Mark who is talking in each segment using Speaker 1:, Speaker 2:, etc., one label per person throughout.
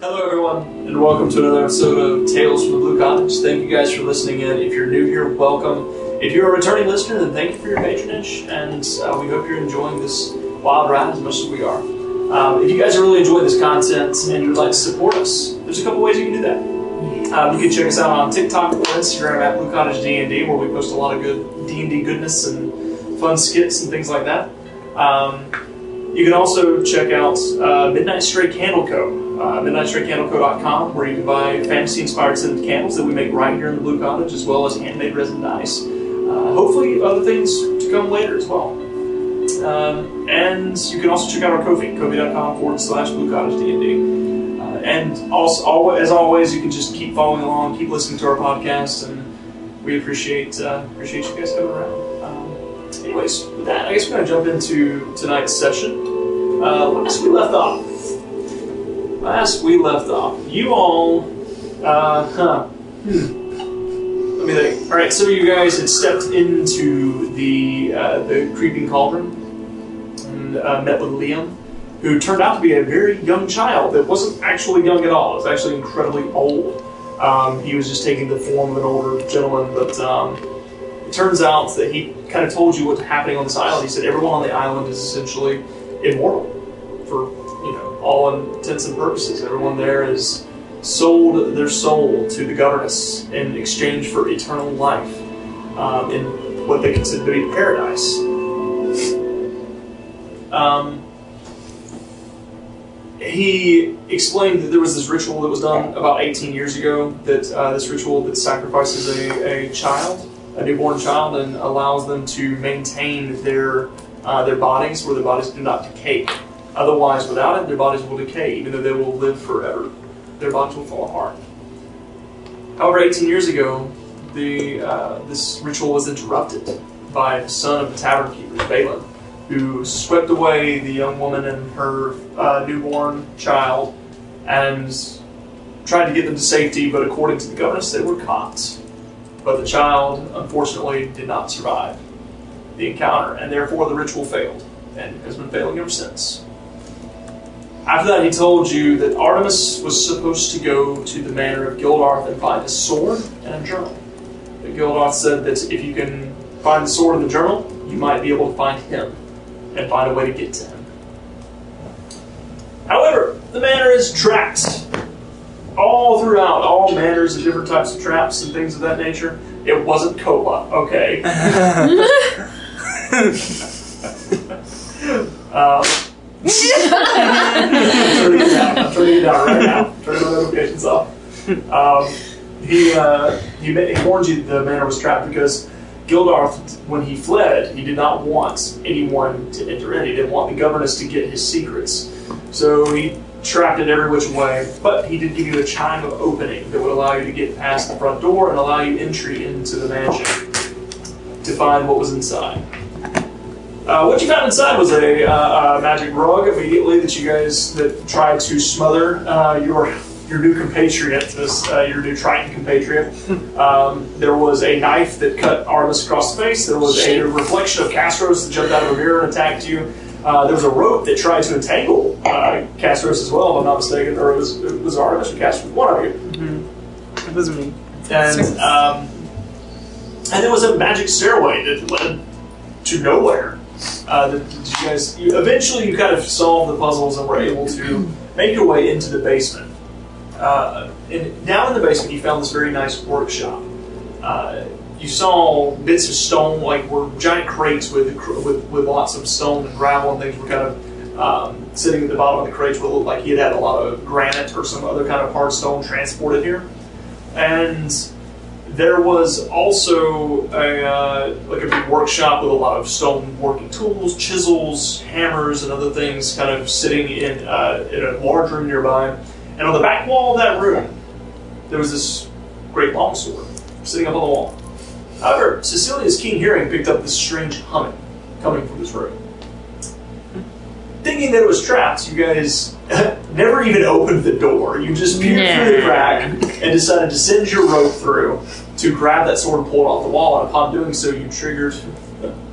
Speaker 1: Hello, everyone, and welcome to another episode of Tales from the Blue Cottage. Thank you guys for listening in. If you're new here, welcome. If you're a returning listener, then thank you for your patronage, and uh, we hope you're enjoying this wild ride as much as we are. Um, if you guys are really enjoying this content and you'd like to support us, there's a couple ways you can do that. Um, you can check us out on TikTok or Instagram at Blue Cottage D&D, where we post a lot of good D&D goodness and fun skits and things like that. Um, you can also check out uh, Midnight Stray Candle Co. Uh, MidnightStrayCandleCo.com, where you can buy fantasy-inspired scented candles that we make right here in the Blue Cottage, as well as handmade resin dice. Uh, hopefully, other things to come later as well. Um, and you can also check out our Kofi, Kofi.com forward slash Blue Cottage D&D. Uh, and also, al- as always, you can just keep following along, keep listening to our podcast, and we appreciate uh, appreciate you guys coming around. Um, anyways, with that, I guess we're gonna jump into tonight's session. Uh, last we left off, last we left off, you all, uh, huh? Hmm. Let me think. All right, some of you guys had stepped into the uh, the creeping cauldron and uh, met with Liam, who turned out to be a very young child that wasn't actually young at all. It was actually incredibly old. Um, he was just taking the form of an older gentleman, but um, it turns out that he kind of told you what's happening on this island. He said everyone on the island is essentially immortal for you know all intents and purposes. Everyone there is sold their soul to the governess in exchange for eternal life um, in what they consider to be paradise. Um, he explained that there was this ritual that was done about 18 years ago. That uh, this ritual that sacrifices a, a child, a newborn child, and allows them to maintain their uh, their bodies, where their bodies do not decay. Otherwise, without it, their bodies will decay, even though they will live forever. Their bodies will fall apart. However, 18 years ago, the uh, this ritual was interrupted by the son of the tavern keeper, Balin, who swept away the young woman and her uh, newborn child and tried to get them to safety, but according to the governess, they were caught. But the child, unfortunately, did not survive the encounter, and therefore the ritual failed, and has been failing ever since. After that, he told you that Artemis was supposed to go to the manor of Gildarth and find a sword and a journal. But Gildarth said that if you can find the sword and the journal, you might be able to find him and find a way to get to him. However, the manor is trapped. All throughout, all manners of different types of traps and things of that nature. It wasn't Cola, okay? Um, turning it down. I'm turning it down right now. Turning my notifications off. Um, he, uh, he, ma- he warned you the manor was trapped because Gildarth, when he fled, he did not want anyone to enter in. He didn't want the governess to get his secrets. So he trapped it every which way, but he did give you a chime of opening that would allow you to get past the front door and allow you entry into the mansion to find what was inside. Uh, what you found inside was a, uh, uh magic rug immediately that you guys that tried to smother uh, your your new compatriot, this uh, your new Triton compatriot. Um, there was a knife that cut Artemis across the face. There was a reflection of Castros that jumped out of a mirror and attacked you. Uh, there was a rope that tried to entangle uh, Castros as well, if I'm not mistaken, or it was, it was Artemis or Castros, one of you.
Speaker 2: It was me.
Speaker 1: And um, and there was a magic stairway that led to nowhere. Uh, that that you guys you, eventually you kind of solved the puzzles and were able to make your way into the basement. Uh, and down in the basement, you found this very nice workshop. Uh, you saw bits of stone, like were giant crates with cr- with, with lots of stone and gravel and things were kind of um, sitting at the bottom of the crates. Where it looked like he had had a lot of granite or some other kind of hard stone transported here and there was also a uh, like a big workshop with a lot of stone working tools, chisels, hammers, and other things, kind of sitting in uh, in a large room nearby. And on the back wall of that room, there was this great longsword sitting up on the wall. However, Cecilia's keen hearing picked up this strange humming coming from this room. Thinking that it was traps, you guys never even opened the door. You just peered through the
Speaker 2: Nah.
Speaker 1: crack and decided to send your rope through to grab that sword and pull it off the wall. And upon doing so, you triggered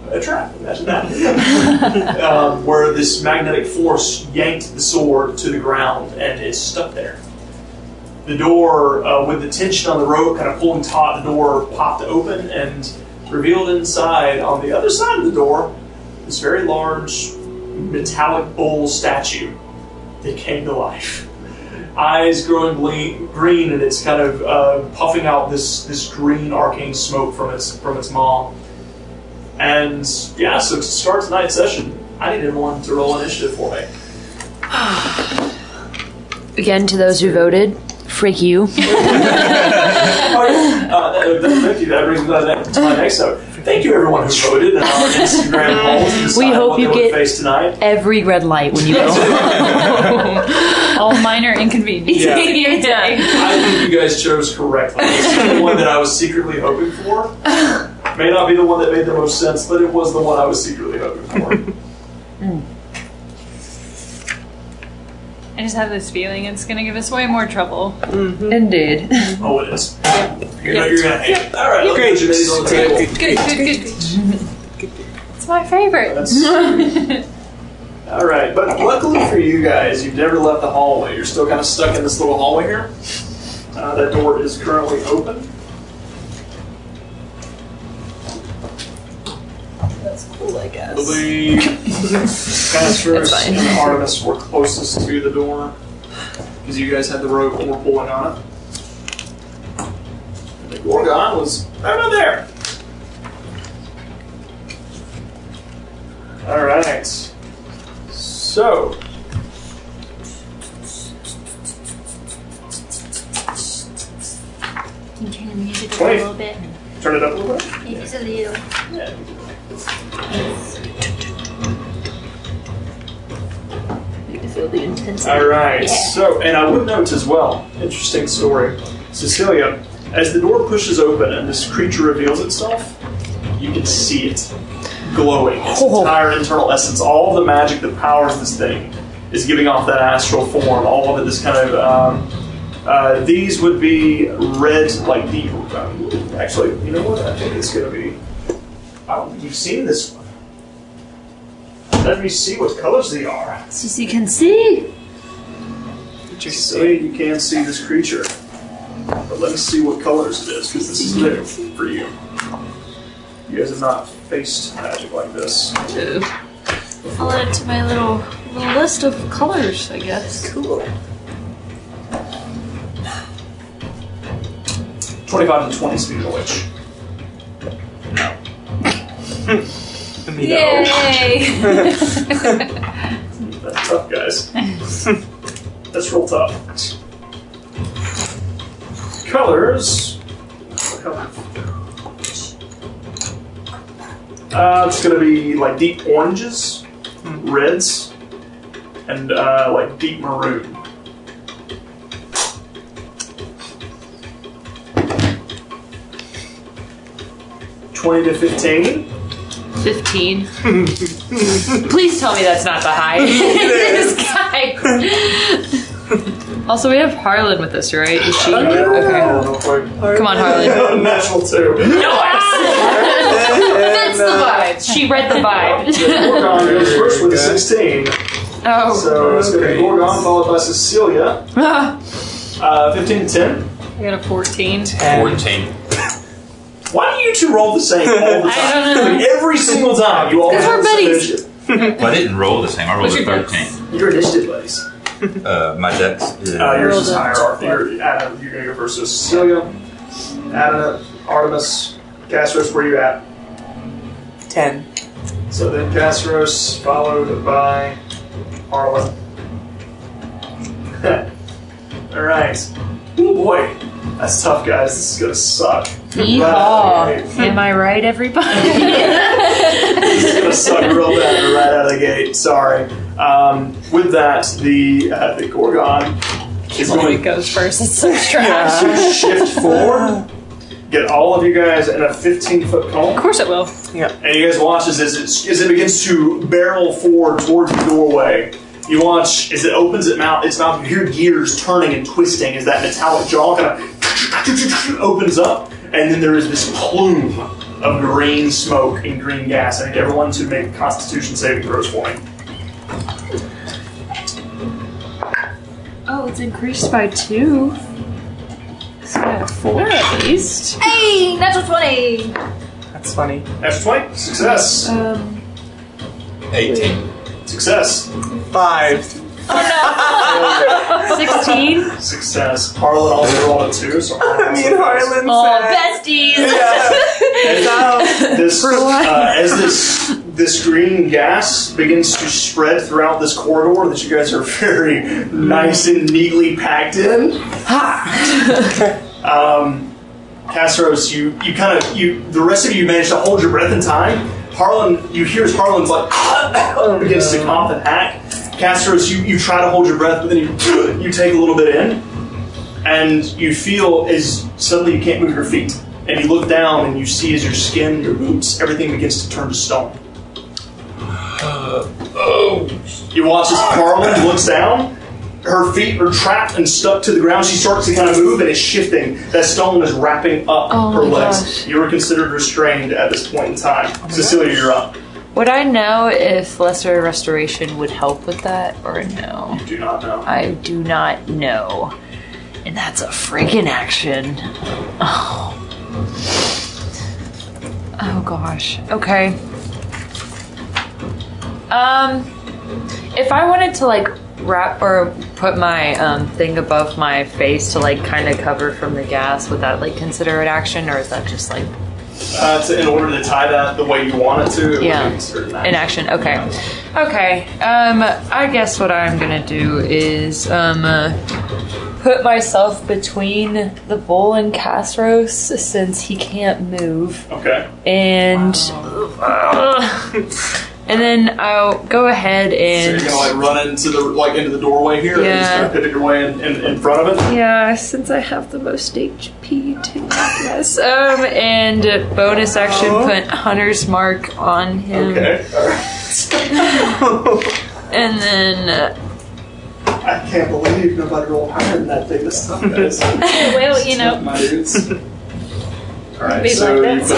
Speaker 1: a trap. Imagine that. um, where this magnetic force yanked the sword to the ground and it stuck there. the door, uh, with the tension on the rope kind of pulling taut, the door popped open and revealed inside, on the other side of the door, this very large metallic bull statue that came to life. Eyes growing ble- green, and it's kind of uh, puffing out this, this green arcane smoke from its from its maw. And yeah, so to start tonight's session, I need everyone to roll initiative for me.
Speaker 3: Again, to those who voted, freak you.
Speaker 1: Uh, that, that, thank you. That brings me to the next- to my next note. Thank you, everyone who voted in our Instagram polls. to decide
Speaker 3: hope
Speaker 1: what
Speaker 3: you
Speaker 1: they would
Speaker 3: get-
Speaker 1: face tonight.
Speaker 3: Every red light when you go.
Speaker 4: All minor inconvenience.
Speaker 1: Yeah.
Speaker 4: yeah.
Speaker 1: I think you guys chose correctly. It's the one that I was secretly hoping for. May not be the one that made the most sense, but it was the one I was secretly hoping for.
Speaker 4: I just have this feeling it's gonna give us way more trouble.
Speaker 3: Indeed.
Speaker 1: oh, it is. You know you're gonna hate. it. All right, look at you ladies on the table.
Speaker 4: Good, good, good. It's my favorite.
Speaker 1: That's- All right, but luckily for you guys, you've never left the hallway. You're still kind of stuck in this little hallway here. Uh, that door is currently open.
Speaker 4: That's cool, I guess.
Speaker 1: believe Casperus
Speaker 3: That's fine.
Speaker 1: and Artemis were closest to the door because you guys had the rope and were pulling on it. And the Gorgon was right about there. All right. So.
Speaker 5: Can you turn the music up a
Speaker 1: Wait.
Speaker 5: little bit?
Speaker 1: Turn it up a little bit.
Speaker 5: Maybe it's a little.
Speaker 1: Yeah. All right. So, and I would note as well, interesting story. Cecilia, as the door pushes open and this creature reveals itself, you can see it glowing. Its
Speaker 3: Oh.
Speaker 1: entire internal essence, all the magic that powers this thing, is giving off that astral form. All of it, this kind of. Um, uh, these would be red, like deep. Um, actually, you know what? I think it's going to be. Oh, you've seen this one. Let me see what colors they are.
Speaker 3: Cece can see.
Speaker 1: So you can see this creature. But let us see what colors it is, because this is new for you. You guys have not faced magic like this.
Speaker 4: I'll add it to my little, little list of colors, I guess.
Speaker 1: Cool. 25 to 20 speed of witch. No. no.
Speaker 4: Yay!
Speaker 1: That's tough, guys. That's real tough. Colors. Uh, it's gonna be like deep oranges, reds, and uh, like deep maroon. Twenty to fifteen.
Speaker 4: 15. Please tell me that's not the high. this guy. also, we have Harlan with us, right? Is
Speaker 1: Oh,
Speaker 4: she? Okay. Come on, Harlan.
Speaker 1: Natural two.
Speaker 4: That's the vibe. She read the vibe.
Speaker 1: Gorgon goes first with a 16.
Speaker 4: oh.
Speaker 1: So it's going to be Gorgon followed by Cecilia.
Speaker 4: Ah,
Speaker 1: Uh, 15 to 10.
Speaker 4: I got a 14.
Speaker 6: Fourteen.
Speaker 1: Why do you two roll the same all the time?
Speaker 4: I don't know.
Speaker 1: Every single time you all
Speaker 4: Because
Speaker 1: have
Speaker 4: we're
Speaker 1: the same
Speaker 4: buddies.
Speaker 1: initiative.
Speaker 6: Well, I didn't roll the same. I rolled
Speaker 4: What's
Speaker 6: a
Speaker 4: your dex?
Speaker 6: thirteen.
Speaker 1: Your initiative buddies.
Speaker 6: Uh, my dex is
Speaker 1: Uh, yours is
Speaker 4: Rolled a-
Speaker 1: hierarchy. You're, Adam, you're going to go first. So Cecilia, Adam, Artemis, Castros, where you at?
Speaker 2: Ten.
Speaker 1: So then Castros followed by Harlan. all right. Oh boy. That's tough, guys. This is going to suck. Right.
Speaker 3: Yeehaw. Am I right, everybody?
Speaker 1: It's gonna suck real bad right out of the gate. Sorry. Um, with that, the uh, the Gorgon
Speaker 5: Oh
Speaker 1: is
Speaker 4: Oh,
Speaker 1: going to
Speaker 4: goes first. It's so trash.
Speaker 1: shift forward, get all of you guys in a 15 foot
Speaker 4: Of
Speaker 1: cone,
Speaker 4: course it will.
Speaker 1: and you guys watch as it, as it begins to barrel forward towards the doorway. You watch as it opens its mouth. Its mouth. You hear gears turning and twisting as that metallic jaw kind of opens up, and then there is this plume of green smoke and green gas. I need everyone to make Constitution saving throws for me.
Speaker 4: Oh, it's increased by two.
Speaker 3: four at least.
Speaker 5: Hey, natural 20!
Speaker 2: That's funny.
Speaker 1: Natural 20. Success.
Speaker 5: Um,
Speaker 6: 18.
Speaker 1: Success.
Speaker 2: Five.
Speaker 4: 16?
Speaker 1: Success. Harlan also rolled a 2, so Harlan
Speaker 2: Me
Speaker 1: also
Speaker 2: and
Speaker 1: fails.
Speaker 2: Harlan.
Speaker 5: oh,
Speaker 2: said-
Speaker 5: besties!
Speaker 2: Yeah.
Speaker 1: As this,
Speaker 2: For what?
Speaker 1: uh, as this this green gas begins to spread throughout this corridor that you guys are very nice and neatly packed in. um, Casseros, you you kind of you the rest of you manage to hold your breath in time. Harlan, you hear as Harlan's like
Speaker 2: Oh,
Speaker 1: begins to cough and hack. Casseros, you, you try to hold your breath, but then you you take a little bit in and you feel as suddenly you can't move your feet. And you look down and you see as your skin, your boots, everything begins to turn to stone. You watch as Carlin looks down. Her feet are trapped and stuck to the ground. She starts to kind of move and is shifting. That stone is wrapping up
Speaker 4: Oh
Speaker 1: her
Speaker 4: my
Speaker 1: legs.
Speaker 4: gosh. Oh
Speaker 1: You are considered restrained at this point in time. Cecilia, you're up.
Speaker 4: Would I know if Lesser Restoration would help with that or no?
Speaker 1: You do not know.
Speaker 4: I do not know. And that's a freaking action. Oh. Oh gosh. Okay. Um if I wanted to like wrap or put my um, thing above my face to like kind of cover from the gas, would that like consider it action or is that just like
Speaker 1: Uh, to, in order to tie that the way you want it to, it
Speaker 4: Yeah.
Speaker 1: would be certain
Speaker 4: in action. Okay, okay. Um, I guess what I'm gonna do is um, uh, put myself between the bull and Casros since he can't move,
Speaker 1: Okay.
Speaker 4: and and then I'll go ahead
Speaker 1: So you're
Speaker 4: and
Speaker 1: gonna like run into the like into the doorway here and just
Speaker 4: Yeah.
Speaker 1: kind of pivot your way in, in, in front of it.
Speaker 4: yeah, since I have the most HP, too, I guess. Um, and uh, bonus action put Hunter's Mark on him,
Speaker 1: Okay.
Speaker 4: and then. Uh,
Speaker 1: I can't believe nobody rolled higher than that thing this time, guys.
Speaker 5: well, you know.
Speaker 1: My dudes. Alright,
Speaker 5: Be
Speaker 1: so
Speaker 5: like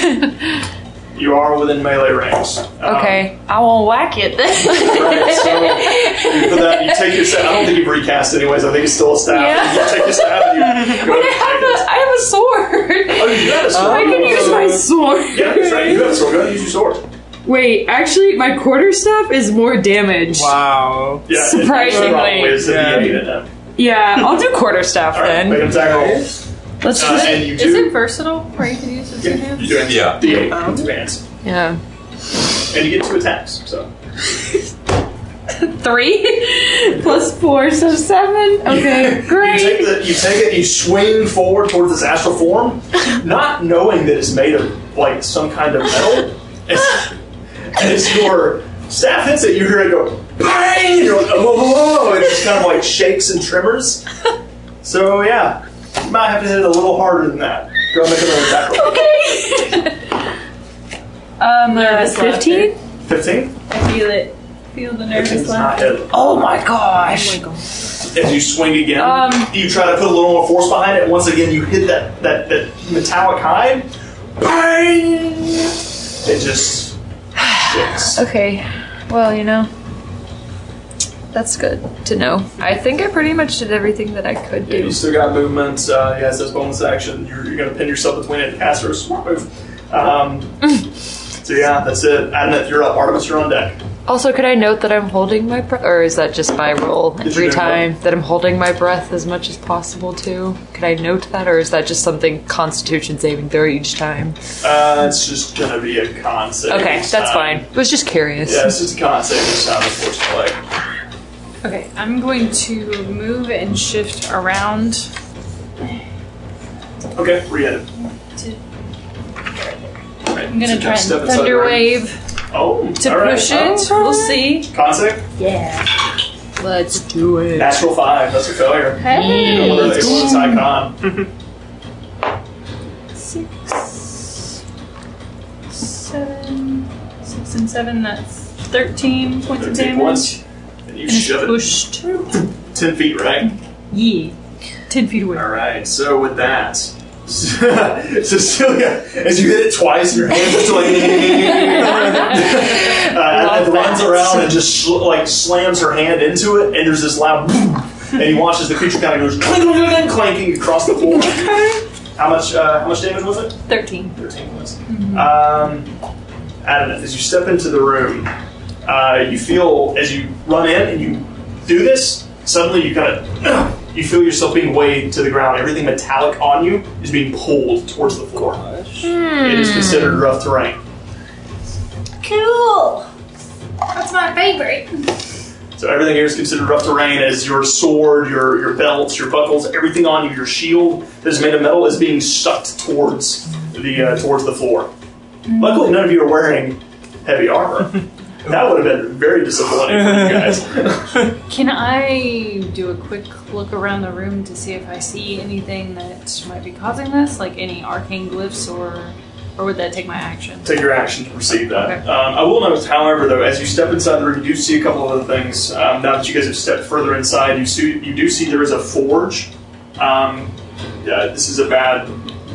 Speaker 1: you- you are within melee range. Um,
Speaker 4: Okay, I won't whack it then.
Speaker 1: Right, so you put that, you take your staff. I don't think you've recast anyways. I think it's still a staff.
Speaker 4: Yeah.
Speaker 1: You take your staff and you go and take it.
Speaker 4: I have a sword.
Speaker 1: Oh, you got a sword.
Speaker 4: I can use my sword.
Speaker 1: Yeah, that's right. You got a sword. Go ahead and use your sword.
Speaker 3: Wait, actually, my quarterstaff is more damage.
Speaker 2: Wow.
Speaker 1: Yeah, it-
Speaker 4: Surprisingly.
Speaker 1: it's probably is the
Speaker 2: Yeah.
Speaker 1: D8 in it.
Speaker 3: Yeah, I'll do quarterstaff
Speaker 1: All right,
Speaker 3: then.
Speaker 1: make an attack roll.
Speaker 3: Let's
Speaker 1: Uh,
Speaker 3: just.
Speaker 1: and you do.
Speaker 5: Is it versatile? Where you can use it in
Speaker 1: Yeah,
Speaker 5: hands?
Speaker 1: you do it.
Speaker 6: Yeah.
Speaker 1: D8 with advance.
Speaker 4: Yeah.
Speaker 1: And you get two attacks, so.
Speaker 3: Three plus four, so seven. Okay,
Speaker 1: You take,
Speaker 3: great.
Speaker 1: the, you take it, you swing forward towards this astral form, not knowing that it's made of like some kind of metal. As, as your staff hits it, you hear it go bang. and You're like, oh, oh, oh, it just kind of like shakes and tremors. So yeah, you might have to hit it a little harder than that. Go make another attack roll.
Speaker 4: Um,
Speaker 5: Nervous
Speaker 4: fifteen.
Speaker 1: Fifteen.
Speaker 5: I feel it. Feel the nervous
Speaker 1: Fifteen's
Speaker 5: laugh.
Speaker 1: not hit.
Speaker 4: Oh my gosh.
Speaker 1: As you swing again,
Speaker 4: Um,
Speaker 1: you try to put a little more force behind it. Once again, you hit that that, that metallic hide. Bang! It just shakes.
Speaker 4: Okay. Well, you know, that's good to know. I think I pretty much did everything that I could
Speaker 1: Yeah, you
Speaker 4: do.
Speaker 1: still got movement. Uh, yeah, it says bonus action. You're, you're going to pin yourself between it and cast or swap move. Um,
Speaker 4: Mm.
Speaker 1: so yeah, that's it. Adnet, you're up. Artemis, you're on deck.
Speaker 4: Also, could I note that I'm holding my breath, or is that just my role
Speaker 1: you
Speaker 4: every
Speaker 1: do what?
Speaker 4: time that I'm holding my breath as much as possible too? Could I note that, or is that just something Constitution saving throw each time?
Speaker 1: Uh, it's just going to be a con save.
Speaker 4: Okay,
Speaker 1: each
Speaker 4: that's
Speaker 1: time.
Speaker 4: fine. Was just curious.
Speaker 1: uh, Yeah, it's just a con save each time, unfortunately.
Speaker 5: Okay, I'm going to move and shift around.
Speaker 1: Okay, we're headed.
Speaker 5: I'm gonna try and
Speaker 1: Step inside the
Speaker 5: thunder
Speaker 1: ring.
Speaker 5: wave
Speaker 1: Oh,
Speaker 5: to
Speaker 1: all right. Oh,
Speaker 5: push it. We'll see.
Speaker 1: Con save?
Speaker 5: Let's do
Speaker 1: Natural five. That's a failure. You don't want to
Speaker 5: Hey!
Speaker 1: it's high con.
Speaker 5: Six, seven, six and seven, that's 13 points
Speaker 1: 13
Speaker 5: of damage.
Speaker 1: points. And you
Speaker 5: And it's
Speaker 1: shove it
Speaker 5: pushed.
Speaker 1: 10 feet, right?
Speaker 5: Yeah. 10 feet away.
Speaker 1: All right. So with that, Cecilia, as you hit it twice, your hands just like uh, and then runs around and just sl- like slams her hand into it, and there's this loud boom and he watches the creature kind of goes clank, clank, clank, clanking across the floor. how much? Uh, how much damage was it?
Speaker 5: 13.
Speaker 1: 13 was. Um, Adam, as you step into the room, uh, you feel as you run in and you do this. Suddenly, you kind of you feel yourself being weighed to the ground. Everything metallic on you is being pulled towards the floor. It is considered rough terrain.
Speaker 5: Cool! That's my favorite.
Speaker 1: So everything here is considered rough terrain as your sword, your, your belts, your buckles, everything on you, your shield that is made of metal is being sucked towards the uh, towards the floor. Luckily, none of you are wearing heavy armor. that would have been very disappointing for you guys.
Speaker 5: Can I do a quick look around the room to see if I see anything that might be causing this? Like any arcane glyphs or or would that take my action?
Speaker 1: Take your action to perceive that.
Speaker 5: Okay.
Speaker 1: Um, I will note, however, though, as you step inside the room, you do see a couple of other things. Um, now that you guys have stepped further inside, you see you do see there is a forge. Um, yeah, this is a bad.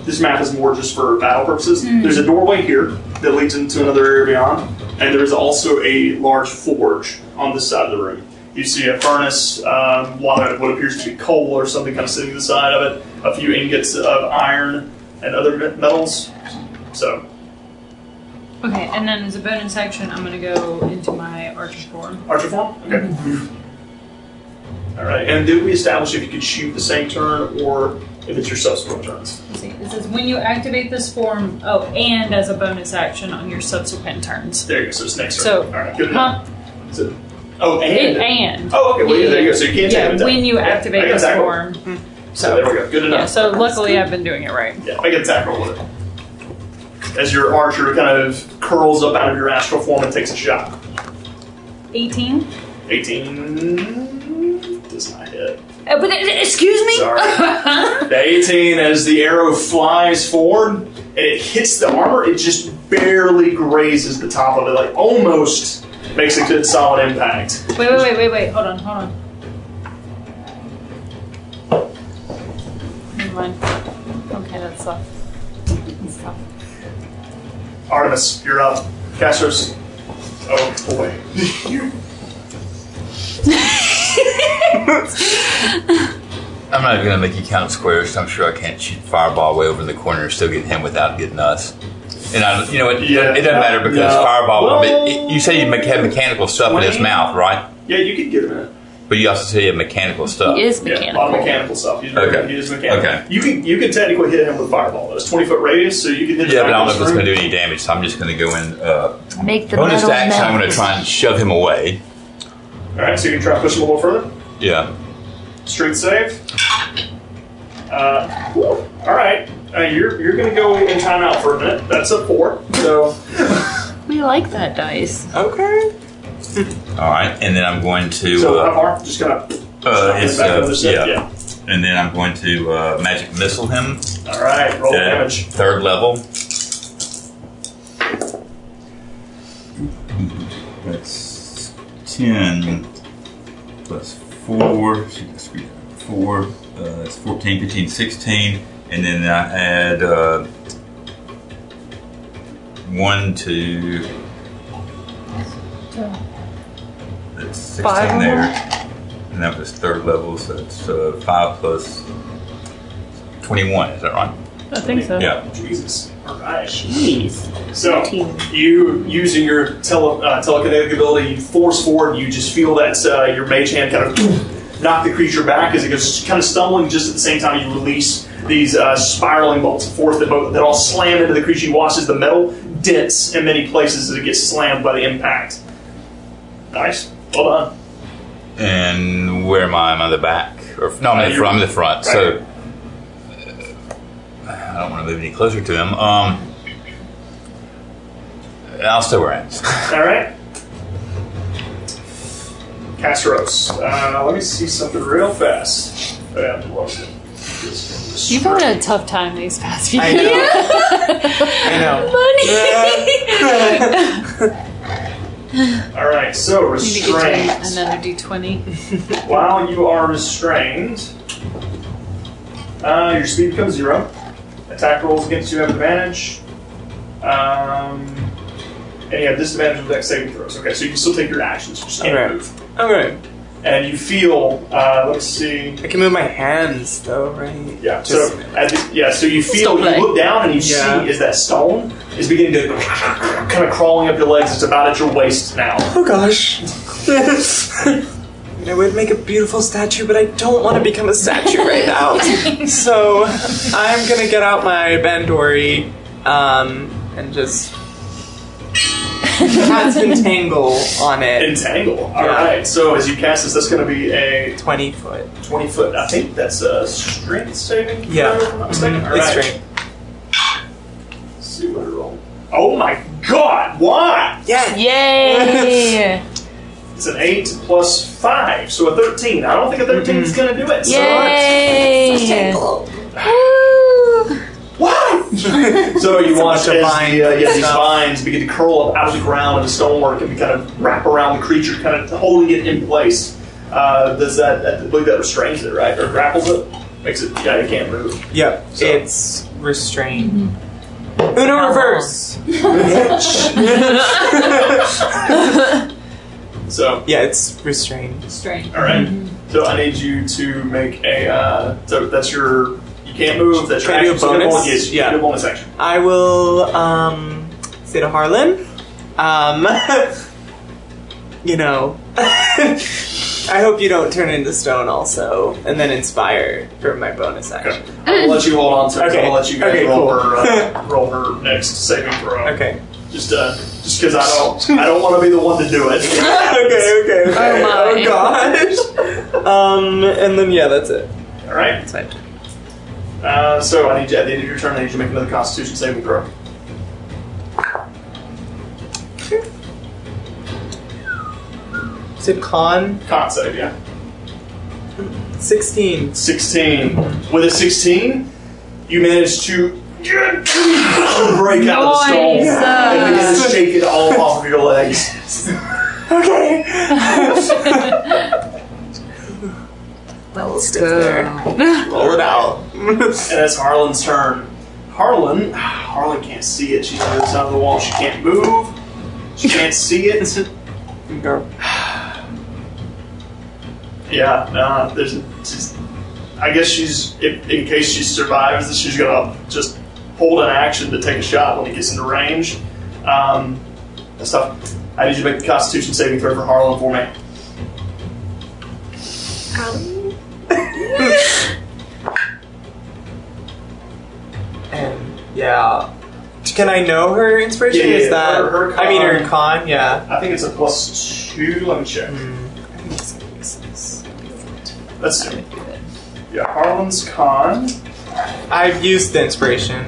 Speaker 1: This map is more just for battle purposes. There's a doorway here that leads into another area beyond, and there is also a large forge on this side of the room. You see a furnace, um, a lot of what appears to be coal or something kind of sitting to the side of it, a few ingots of iron and other me- metals. So
Speaker 5: Okay, and then as a bonus action, I'm gonna go into my archer form.
Speaker 1: Archer form? Okay. All right. And did we establish if you could shoot the same turn or if it's your subsequent turns?
Speaker 5: Let's see, It says when you activate this form, oh, and as a bonus action on your subsequent turns.
Speaker 1: There you go. So it's next turn.
Speaker 5: So-
Speaker 1: All right. Good enough.
Speaker 5: Huh?
Speaker 1: So- oh, and.
Speaker 5: It, and.
Speaker 1: Oh, okay. Well, yeah, there you go. So you can't take
Speaker 5: Yeah,
Speaker 1: an attack.
Speaker 5: when you
Speaker 1: Yeah,
Speaker 5: activate
Speaker 1: make an
Speaker 5: this
Speaker 1: attack roll.
Speaker 5: form.
Speaker 1: So there we go. Good
Speaker 5: Yeah,
Speaker 1: enough.
Speaker 5: so luckily I've been doing it right.
Speaker 1: Yeah, make an attack roll with it. As your archer kind of curls up out of your astral form and takes a shot.
Speaker 5: 18?
Speaker 1: 18 does not hit.
Speaker 4: Uh, but, uh, excuse me?
Speaker 1: Sorry. the 18 as the arrow flies forward and it hits the armor, it just barely grazes the top of it, like almost makes a good solid impact.
Speaker 5: Wait, wait, wait, wait, wait. Hold on, hold on. Never mind. Okay, that's tough. That's tough.
Speaker 1: Artemis, you're up. Castros. Oh boy.
Speaker 6: I'm not even gonna make you count squares. I'm sure I can't shoot fireball way over in the corner and still get him without getting us. And I, you know, it,
Speaker 1: Yeah.
Speaker 6: it doesn't matter because
Speaker 1: No.
Speaker 6: fireball. but
Speaker 1: Well-
Speaker 6: it, you say you me- have mechanical stuff in his
Speaker 1: Twenty.
Speaker 6: mouth, right?
Speaker 1: Yeah, you could get him in.
Speaker 6: But you also say you have mechanical stuff.
Speaker 4: He is
Speaker 1: Yeah, a lot
Speaker 4: mechanical.
Speaker 1: of mechanical stuff. He's very,
Speaker 6: Okay.
Speaker 1: He is mechanical.
Speaker 6: Okay.
Speaker 1: You can you can technically hit him with fireball. It's twenty foot radius, so you can hit.
Speaker 6: Yeah, but I don't know
Speaker 1: him
Speaker 6: if it's gonna do any damage. So I'm just gonna go in. Uh,
Speaker 4: Make the
Speaker 6: bonus
Speaker 4: metal
Speaker 6: action. I'm gonna
Speaker 4: melt.
Speaker 6: try and shove him away.
Speaker 1: All right, so you can try to push him a little further.
Speaker 6: Yeah.
Speaker 1: Strength save. Uh, whew, all right, uh, you're you're gonna go in timeout for a minute. That's a four. So
Speaker 4: We like that dice.
Speaker 2: Okay.
Speaker 6: All right, and then I'm going to.
Speaker 1: so how
Speaker 6: uh,
Speaker 1: far? Just kind of
Speaker 6: uh, it's,
Speaker 1: back
Speaker 6: uh,
Speaker 1: over the
Speaker 6: yeah.
Speaker 1: set.
Speaker 6: And then I'm going to uh, magic missile him
Speaker 1: yeah. All right, roll
Speaker 6: at uh,
Speaker 1: damage.
Speaker 6: third level. That's 10 plus 4. shoot, that's three, 4. Uh, that's 14, 15, 16. And then I add uh, 1 to. That's 16
Speaker 4: Five.
Speaker 6: there. And that was third level, so it's uh, 5 plus 21, is that right?
Speaker 5: I think so.
Speaker 6: Yeah.
Speaker 1: Jesus. All right.
Speaker 4: Jeez.
Speaker 1: So you using your tele, uh, telekinetic ability, you force forward. You just feel that uh, your mage hand kind of knock the creature back as it goes kind of stumbling. Just at the same time, you release these uh, spiraling bolts of force that, both, that all slam into the creature. You watch as the metal dents in many places as it gets slammed by the impact. Nice. Well done.
Speaker 6: And where am I? I'm on the back, or no? I'm in the front. I'm in the front. So uh, I don't want to move any closer to him. Um, I'll stay where I am.
Speaker 1: All right. Casseros. Uh, let me see something real fast. I have to watch it.
Speaker 5: You've had a tough time these past few
Speaker 2: I
Speaker 5: days.
Speaker 2: know. I know.
Speaker 1: All right, so
Speaker 5: Need to get you
Speaker 1: restrained.
Speaker 5: another d20.
Speaker 1: While you are restrained, uh, your speed becomes zero. Attack rolls against you have advantage. Um, and you have disadvantage with dex saving throws. Okay, so you can still take your actions. You just can't
Speaker 2: Okay.
Speaker 1: move.
Speaker 2: Okay.
Speaker 1: and you feel. Uh, let's see.
Speaker 7: I can move my hands though, right?
Speaker 1: Yeah.
Speaker 7: Just-
Speaker 1: so at the, yeah. So you feel
Speaker 4: Stone
Speaker 1: you
Speaker 4: leg.
Speaker 1: look down and you
Speaker 7: Yeah.
Speaker 1: see is that stone is beginning to kind of crawling up your legs. It's about at your waist now.
Speaker 7: Oh gosh. I would make a beautiful statue, but I don't want to become a statue right now. so I'm gonna get out my Bandori um, and just cast entangle on it.
Speaker 1: Entangle. All right.
Speaker 7: Yeah.
Speaker 1: So as you cast this, that's going to be a
Speaker 7: Twenty foot.
Speaker 1: twenty foot. I think that's a strength saving. throw,
Speaker 7: Yeah. Mm-hmm.
Speaker 1: If I'm not mistaken. All
Speaker 7: It's
Speaker 1: right.
Speaker 7: straight.
Speaker 1: Let's see what I roll. Oh my god! Why?
Speaker 7: Yeah.
Speaker 4: Yay!
Speaker 1: It's an eight plus five, so a thirteen. I don't think a 13 is
Speaker 7: Mm-hmm.
Speaker 1: going to do it. So
Speaker 4: Yay!
Speaker 1: What? so you watch
Speaker 7: much a
Speaker 1: as
Speaker 7: vine
Speaker 1: the, uh, yeah, these
Speaker 7: stuff.
Speaker 1: vines begin to curl up out of the ground, and the stonework and kind of wrap around the creature, kind of holding it in place. Uh, does that? I believe that restrains it, right, or grapples it? Makes it. Yeah, it can't move.
Speaker 7: Yep.
Speaker 1: So-
Speaker 7: It's restrained. Uno reverse.
Speaker 1: So
Speaker 7: Yeah, it's restrained.
Speaker 5: Strange.
Speaker 1: all right. So I need you to make a. Uh, so that's your. You can't move. That's your
Speaker 7: Can I do a
Speaker 1: action. So no
Speaker 7: bonus?
Speaker 1: bonus- yes, you
Speaker 7: Yeah.
Speaker 1: can do a bonus action.
Speaker 7: I will um, say to Harlan, um, you know, I hope you don't turn into stone also, and then inspire for my bonus action.
Speaker 1: I'll let you hold on to. it.
Speaker 7: Okay.
Speaker 1: I'll let you guys
Speaker 7: Okay,
Speaker 1: roll
Speaker 7: cool.
Speaker 1: her. Uh, roll her next saving throw.
Speaker 7: Okay.
Speaker 1: Just uh, just because I don't, I don't want to be the one to do it.
Speaker 7: Okay, okay, okay.
Speaker 4: Oh my.
Speaker 7: gosh. um, and then, yeah, that's it.
Speaker 1: All right.
Speaker 7: That's my turn.
Speaker 1: Uh, so I need you at the end of your turn. I need you to make another Constitution saving throw.
Speaker 7: Is it con?
Speaker 1: Con save, yeah.
Speaker 7: 16.
Speaker 1: Sixteen. With a sixteen, you manage to break out of the stone
Speaker 5: Nice.
Speaker 1: and begin to shake it all off of your legs.
Speaker 7: Well, stiff there.
Speaker 1: Roll it out. And that's Harlan's turn. Harlan, Harlan can't see it. She's on the other side of the wall. She can't move. She can't see it.
Speaker 7: Girl.
Speaker 1: Yeah, uh, there's. She's, I guess she's. If, in case she survives, she's gonna just hold an action to take a shot when he gets into range. Um, that's tough. I need you to make a Constitution saving throw for Harlan for me.
Speaker 7: And, yeah. Can I know her inspiration?
Speaker 1: Yeah, yeah,
Speaker 7: Is that
Speaker 1: her- her
Speaker 7: I mean
Speaker 1: con.
Speaker 7: her con? Yeah.
Speaker 1: I think it's a plus two. Let me check.
Speaker 7: I think it's like six.
Speaker 1: Let's see. Yeah, Harlan's con.
Speaker 7: I've used the inspiration.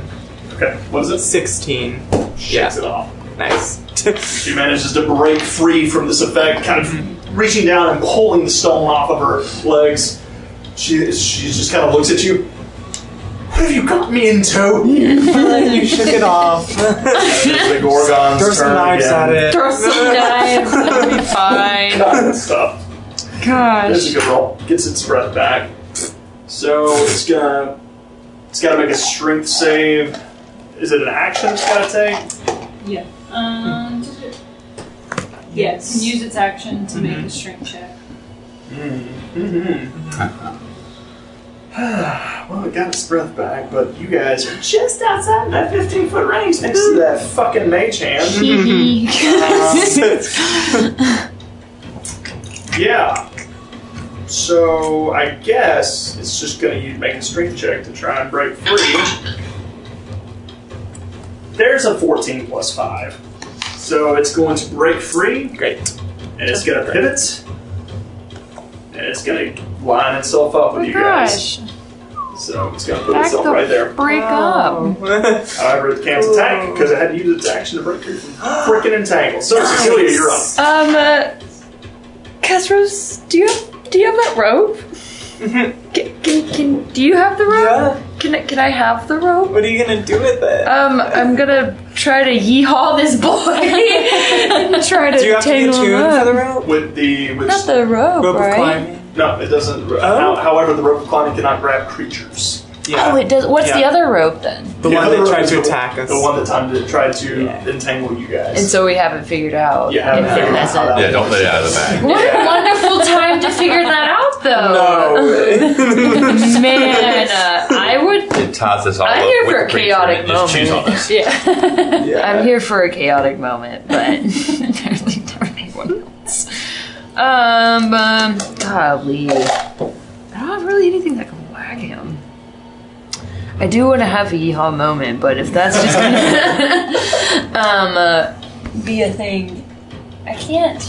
Speaker 1: Okay, what is it?
Speaker 7: 16.
Speaker 1: Shakes
Speaker 7: Yeah.
Speaker 1: it off.
Speaker 7: Nice.
Speaker 1: She manages to break free from this effect, kind of reaching down and pulling the stone off of her legs. She, she just kind of looks at you. What have you got me in tow?
Speaker 7: you shook it off.
Speaker 1: There's the Gorgon's
Speaker 7: Throw some
Speaker 1: turn
Speaker 7: knives
Speaker 1: again.
Speaker 7: at it.
Speaker 4: Throw some knives. That'll be fine.
Speaker 1: God, stop. There's
Speaker 5: Gosh.
Speaker 1: a good roll. Gets its breath back. So it's gonna, it's gotta make a strength save. Is it an action it's gotta take?
Speaker 5: Yeah. Um, did it- yeah, it can use its action to make a strength check.
Speaker 1: Mm-hmm. well, it got its breath back, but you guys are just outside that 15 foot range next to that fucking mage hand.
Speaker 2: Mm-hmm.
Speaker 1: Yeah. So I guess it's just gonna use make a strength check to try and break free. There's a 14 plus 5. So it's going to break free,
Speaker 7: Great.
Speaker 1: and it's gonna pivot. And it's gonna line itself up with you guys.
Speaker 5: Oh Gosh.
Speaker 1: So it's gonna put
Speaker 5: Back
Speaker 1: itself
Speaker 5: the
Speaker 1: right there.
Speaker 5: Break up.
Speaker 1: However, it can't attack because it had to use its action to break free from freaking entangle. So Cecilia, you're up.
Speaker 2: Um, uh, Kesros, do you have, do you have that rope? Can, can, can do you have the rope?
Speaker 7: yeah.
Speaker 2: Can I, can I have the rope?
Speaker 7: What are you gonna do with
Speaker 5: Uh,
Speaker 7: it?
Speaker 2: Um, I'm gonna try to yeehaw this boy. and try to
Speaker 7: do you have to be
Speaker 2: tangle him
Speaker 7: tuned
Speaker 2: up.
Speaker 7: for the rope?
Speaker 1: With the with
Speaker 2: Not the rope,
Speaker 7: Rope
Speaker 2: right?
Speaker 7: of climbing.
Speaker 1: no, it doesn't.
Speaker 7: Oh.
Speaker 1: however, the rope of climbing cannot grab creatures.
Speaker 7: Yeah.
Speaker 4: Oh, it does. What's the
Speaker 7: Yeah.
Speaker 4: other rope then?
Speaker 7: the one
Speaker 1: other
Speaker 7: that
Speaker 1: rope
Speaker 7: tried
Speaker 1: is
Speaker 7: to
Speaker 1: the-
Speaker 7: attack us.
Speaker 1: The one that time that tried to
Speaker 7: Yeah.
Speaker 1: entangle you guys.
Speaker 4: And so we haven't figured out.
Speaker 1: you haven't
Speaker 4: if it
Speaker 1: figured out
Speaker 4: has
Speaker 1: how
Speaker 4: a-
Speaker 1: that
Speaker 6: Yeah, don't let it out of the bag.
Speaker 4: What a wonderful time to figured that out though.
Speaker 7: No.
Speaker 4: Man, uh, I would.
Speaker 6: It ties us all
Speaker 4: I'm
Speaker 6: up
Speaker 4: here
Speaker 6: with
Speaker 4: for a
Speaker 6: the preacher
Speaker 4: chaotic
Speaker 6: and Just choose on
Speaker 4: moment.
Speaker 6: us.
Speaker 4: Yeah.
Speaker 7: Yeah.
Speaker 4: I'm here for a chaotic moment, but everyone else. Um, um, golly, I don't have really anything that can whack him. I do want to have a yeehaw moment, but if that's just gonna um, uh, be a thing, I can't.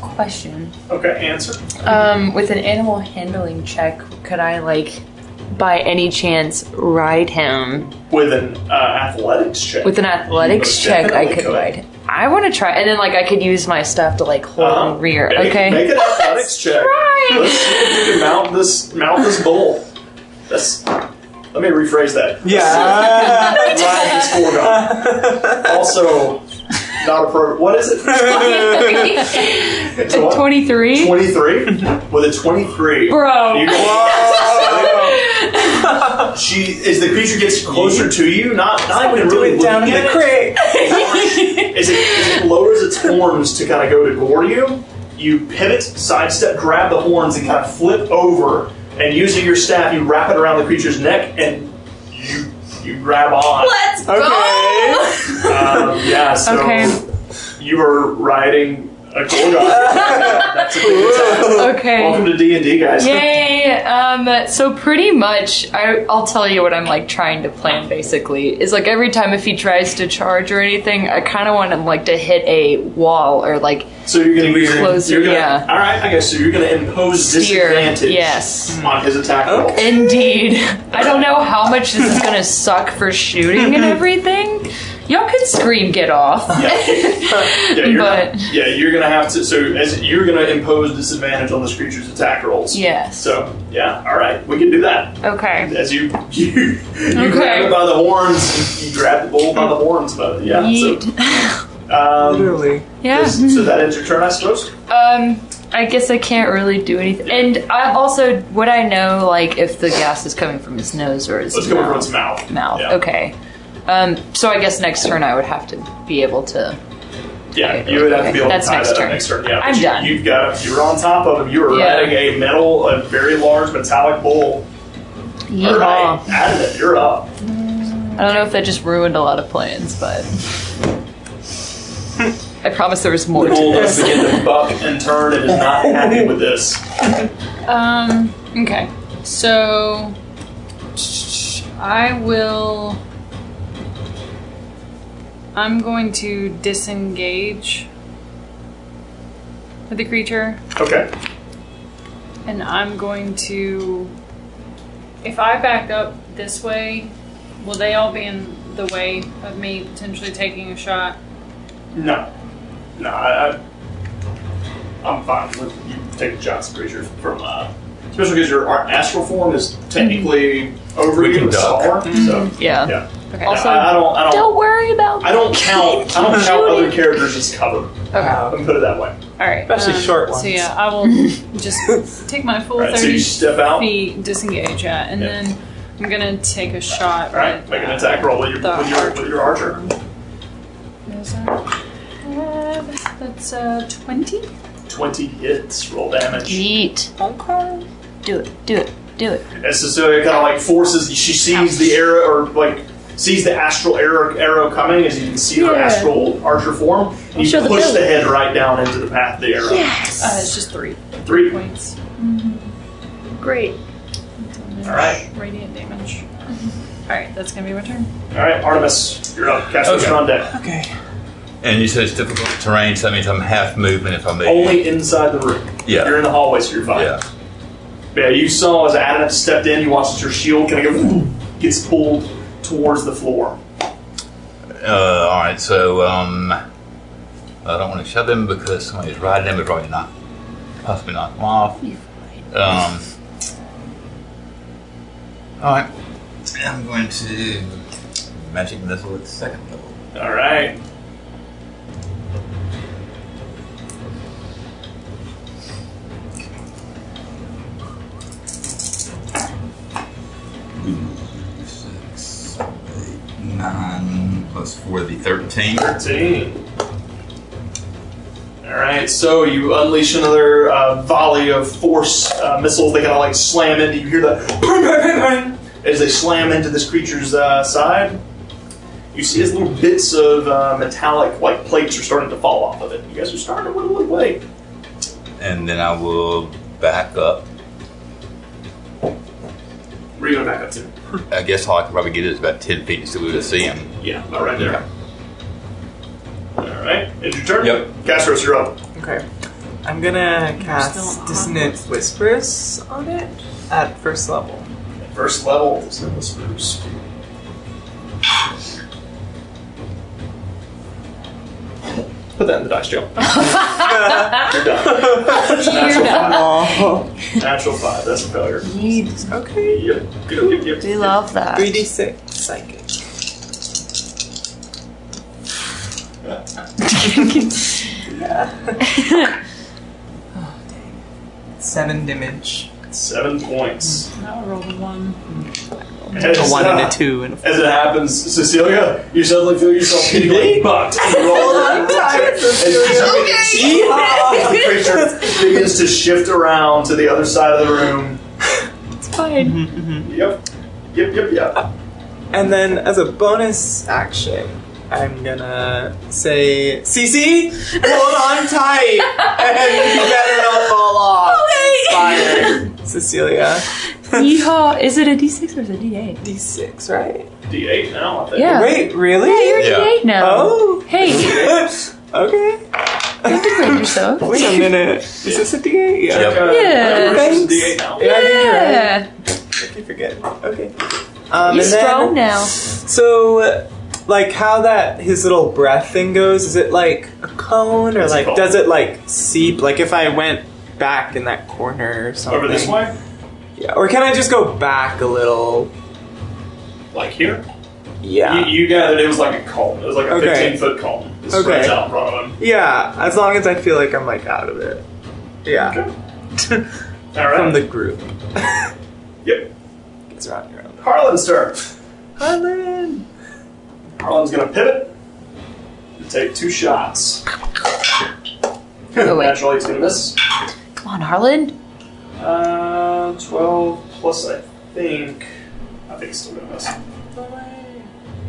Speaker 4: Question.
Speaker 1: Okay, answer.
Speaker 4: Um, with an animal handling check, could I like, by any chance, ride him?
Speaker 1: With an uh, athletics check.
Speaker 4: With an athletics
Speaker 1: Most
Speaker 4: check, I
Speaker 1: definitely
Speaker 4: could
Speaker 1: could.
Speaker 4: ride. him. I want to try, and then like I could use my stuff to like hold
Speaker 1: Uh-huh.
Speaker 4: and rear.
Speaker 1: Make-
Speaker 4: okay.
Speaker 1: Make an athletics check. Let's see if you can mount this mount this bull. That's let me rephrase that.
Speaker 7: yeah.
Speaker 1: Ride this foregone. Also not appropriate. What is it? It's a what?
Speaker 4: Twenty-three.
Speaker 1: 23? With a 23.
Speaker 4: Bro.
Speaker 1: You go, she, as the creature gets closer to you, not, not even
Speaker 7: Do
Speaker 1: really
Speaker 7: it down in
Speaker 1: looking
Speaker 7: the
Speaker 1: at it,
Speaker 7: creek.
Speaker 1: as it, as it lowers its horns to kind of go to gore you, you pivot, sidestep, grab the horns, and kind of flip over. And using your staff, you wrap it around the creature's neck, and you you grab on.
Speaker 7: Okay. Oh.
Speaker 1: Um, yeah. So
Speaker 4: Okay.
Speaker 1: you are riding a gorgon. That's a big attack.
Speaker 4: Okay.
Speaker 1: Welcome to D and D, guys.
Speaker 4: Yay! Um, so pretty much, I, I'll tell you what I'm like trying to plan. Basically, is like every time if he tries to charge or anything, I kind of want him like to hit a wall or like
Speaker 1: So you're going to be
Speaker 4: Closer,
Speaker 1: you're gonna,
Speaker 4: yeah.
Speaker 1: All right. I guess so. You're going to impose
Speaker 4: steer.
Speaker 1: disadvantage.
Speaker 4: Yes.
Speaker 1: On his attack roll.
Speaker 4: Indeed. I don't know how much this is gonna suck for shooting and everything. Y'all could scream get off.
Speaker 1: Yeah, you're gonna,
Speaker 4: But-
Speaker 1: yeah, you're gonna have to. So as you're gonna impose disadvantage on this creature's attack rolls.
Speaker 4: Yes.
Speaker 1: So yeah, all right, we can do that.
Speaker 4: Okay.
Speaker 1: As you you, you grab it by the horns, you grab the bull by the horns, but yeah.
Speaker 4: Yeet.
Speaker 1: So um,
Speaker 7: Literally.
Speaker 4: Yeah.
Speaker 1: is- so that ends your turn, I suppose.
Speaker 4: Um I guess I can't really do anything. And I also would I know like if the gas is coming from his nose or his
Speaker 1: Let's go
Speaker 4: mouth?
Speaker 1: over its mouth.
Speaker 4: mouth.
Speaker 1: Yeah.
Speaker 4: Okay. Um so I guess next turn I would have to be able to
Speaker 1: Yeah, you would have to be able
Speaker 4: That's
Speaker 1: to tie
Speaker 4: next
Speaker 1: that up
Speaker 4: turn.
Speaker 1: next turn. Yeah,
Speaker 4: I'm
Speaker 1: but you,
Speaker 4: done.
Speaker 1: You've got you're on top of him. You're
Speaker 4: Yeah.
Speaker 1: riding a metal, a very large metallic bull. All right,
Speaker 4: Yeehaw.
Speaker 1: Adamant, you're up.
Speaker 4: I don't know if that just ruined a lot of plans, but I promise there was more to
Speaker 1: bull
Speaker 4: this.
Speaker 1: does begin to buck and turn and is not happy with this.
Speaker 5: Um. Okay. So I will. I'm going to disengage with the creature,
Speaker 1: Okay.
Speaker 5: and I'm going to. If I back up this way, will they all be in the way of me potentially taking a shot?
Speaker 1: No. No, I, I, I'm fine with you taking shots, creature, from, uh, especially because your our astral form is technically over
Speaker 6: We
Speaker 1: you
Speaker 6: can
Speaker 1: with
Speaker 6: duck.
Speaker 1: Star, so.
Speaker 4: Yeah.
Speaker 1: Yeah.
Speaker 5: Okay.
Speaker 1: No, I, I don't, I don't,
Speaker 4: Mm-hmm. Don't worry about
Speaker 1: I don't count, I don't count other characters as cover.
Speaker 7: Wow.
Speaker 1: Let me put it that way.
Speaker 5: all right.
Speaker 7: Especially short ones.
Speaker 5: um, So yeah, I will just take my full
Speaker 1: Alright, so
Speaker 5: thirty
Speaker 1: you step out.
Speaker 5: feet, disengage yeah, and
Speaker 1: Yeah.
Speaker 5: then I'm gonna take a shot.
Speaker 1: Alright, make an attack roll with your,
Speaker 5: The
Speaker 1: with your, with your archer.
Speaker 5: Is that- uh, That's uh, 20.
Speaker 1: 20 hits, roll damage.
Speaker 4: Yeet.
Speaker 7: Okay.
Speaker 4: Do it. Do it. Do it.
Speaker 1: And Cecilia kind of like forces. She sees the arrow, or like sees the astral arrow, arrow coming, as you can see her
Speaker 5: Yeah.
Speaker 1: astral archer form. And you
Speaker 4: show the
Speaker 1: push the,
Speaker 4: belly.
Speaker 1: head right down into the path of the arrow.
Speaker 5: Uh, it's just three
Speaker 1: Three. All
Speaker 5: points.
Speaker 2: Great.
Speaker 1: right.
Speaker 5: Radiant damage. Alright, Mm-hmm. that's gonna be my turn.
Speaker 1: All right, Artemis, you're up. Cast
Speaker 6: Okay.
Speaker 1: okay. on deck.
Speaker 7: Okay.
Speaker 6: And you said it's difficult terrain, so that means I'm half movement if I'm moving.
Speaker 1: Only inside the room.
Speaker 6: Yeah.
Speaker 1: You're in the hallway, so you're fine.
Speaker 6: Yeah.
Speaker 1: Yeah, you saw as Adam stepped in, you watched as her shield kind of go, gets pulled towards the floor.
Speaker 6: Uh, all right, so um, I don't want to shove him because somebody's riding him, but probably not, possibly knock him off. Um, all right, I'm going to magic missile at second level.
Speaker 1: All right.
Speaker 6: Six, seven, eight, nine plus four, the thirteen.
Speaker 1: 13. All right, so you unleash another uh, volley of force uh, missiles. They kind of like slam into. You hear the ping, ping, ping, ping, as they slam into this creature's uh, side. You see as little bits of uh, metallic like plates are starting to fall off of it. You guys are starting to whittle away.
Speaker 6: And then I will back up.
Speaker 1: Where are you going back up to?
Speaker 6: I guess all I can probably get is about 10 feet so we would see him.
Speaker 1: Yeah, about right there. All right, it's your turn.
Speaker 6: Yep.
Speaker 1: Castros, you're up.
Speaker 7: Okay. I'm gonna
Speaker 5: still
Speaker 7: cast
Speaker 5: on.
Speaker 7: Dissonant Whispers on it at first level.
Speaker 1: First level. It's not whispers. Put that in the dice jail. You're done. Natural five.
Speaker 7: Oh.
Speaker 1: Natural five. That's a failure.
Speaker 7: Okay.
Speaker 1: Yep. Yep. Yep. Yep.
Speaker 4: We love that.
Speaker 7: 3d6 psychic. Yeah. oh, dang. Seven damage.
Speaker 1: Seven points.
Speaker 5: Now I rolled a one.
Speaker 1: As,
Speaker 7: A one and a
Speaker 1: uh,
Speaker 7: two and a four.
Speaker 1: As it happens, Cecilia, you suddenly feel yourself getting like bucked. You roll
Speaker 7: I'm tired.
Speaker 1: As you the creature begins to shift around to the other side of the room. Yep. Yep, yep, yep.
Speaker 7: And then, as a bonus action, I'm gonna say, Cece, hold on tight, and you better not fall off. Fire, Cecilia.
Speaker 2: Yeehaw! Is it a D6 or is it a D8?
Speaker 7: D6, right?
Speaker 1: D8 now, I think.
Speaker 2: Yeah.
Speaker 7: Wait, really?
Speaker 6: Yeah.
Speaker 2: D8 now.
Speaker 7: oh.
Speaker 2: Hey,
Speaker 7: okay.
Speaker 2: degrade yourself.
Speaker 7: Wait a minute. Is this a D8? Yeah.
Speaker 6: Yep.
Speaker 1: Uh,
Speaker 2: Yeah.
Speaker 1: versus
Speaker 7: Thanks.
Speaker 1: D8 now.
Speaker 7: Yeah, I did hear it.
Speaker 2: Yeah.
Speaker 7: I forget. Okay. Um,
Speaker 2: You're
Speaker 7: and then-
Speaker 2: strong now.
Speaker 7: So, like, how that his little breath thing goes? Is it like a cone, or
Speaker 1: It's a
Speaker 7: like
Speaker 1: cone.
Speaker 7: does it like seep? Like, if I went back in that corner or something,
Speaker 1: Over this way?
Speaker 7: yeah. Or can I just go back a little?
Speaker 1: Like here?
Speaker 7: Yeah,
Speaker 1: You, you gathered it was like a column. It was like a
Speaker 7: Okay.
Speaker 1: 15 foot column. It spreads
Speaker 7: Okay.
Speaker 1: out in front of him.
Speaker 7: yeah. As long as I feel like I'm like out of it, yeah,
Speaker 1: All right.
Speaker 7: from the group.
Speaker 1: yep.
Speaker 7: it's around your own.
Speaker 1: Harlan's turn.
Speaker 7: Harlan.
Speaker 1: Harlan's going to pivot and take two shots.
Speaker 4: Oh, wait.
Speaker 1: Naturally, he's going to miss.
Speaker 4: Come on, Harlan.
Speaker 1: Uh, 12 plus, I think. I think it's still going to miss.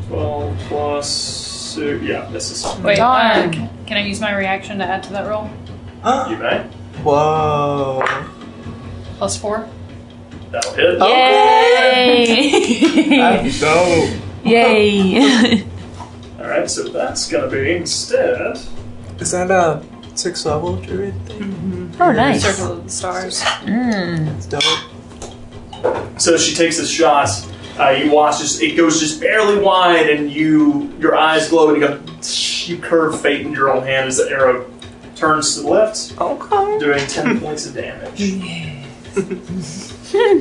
Speaker 1: 12 plus. Two, yeah, misses.
Speaker 5: Wait,
Speaker 4: Darn.
Speaker 5: um, can I use my reaction to add to that roll?
Speaker 1: You may.
Speaker 7: Whoa.
Speaker 5: Plus four.
Speaker 1: That'll hit.
Speaker 4: Yay!
Speaker 7: That's dope.
Speaker 4: Yay!
Speaker 1: Alright, so that's going to be instead.
Speaker 7: Is that a six level druid thing?
Speaker 4: oh, nice.
Speaker 5: Circle of the stars.
Speaker 4: Mm.
Speaker 7: It's dope.
Speaker 1: So she takes this shot. Uh, you watch this; it goes just barely wide, and you your eyes glow, and you go. You curve fate in your own hand as the arrow turns to the left,
Speaker 7: Okay.
Speaker 1: doing ten points of damage.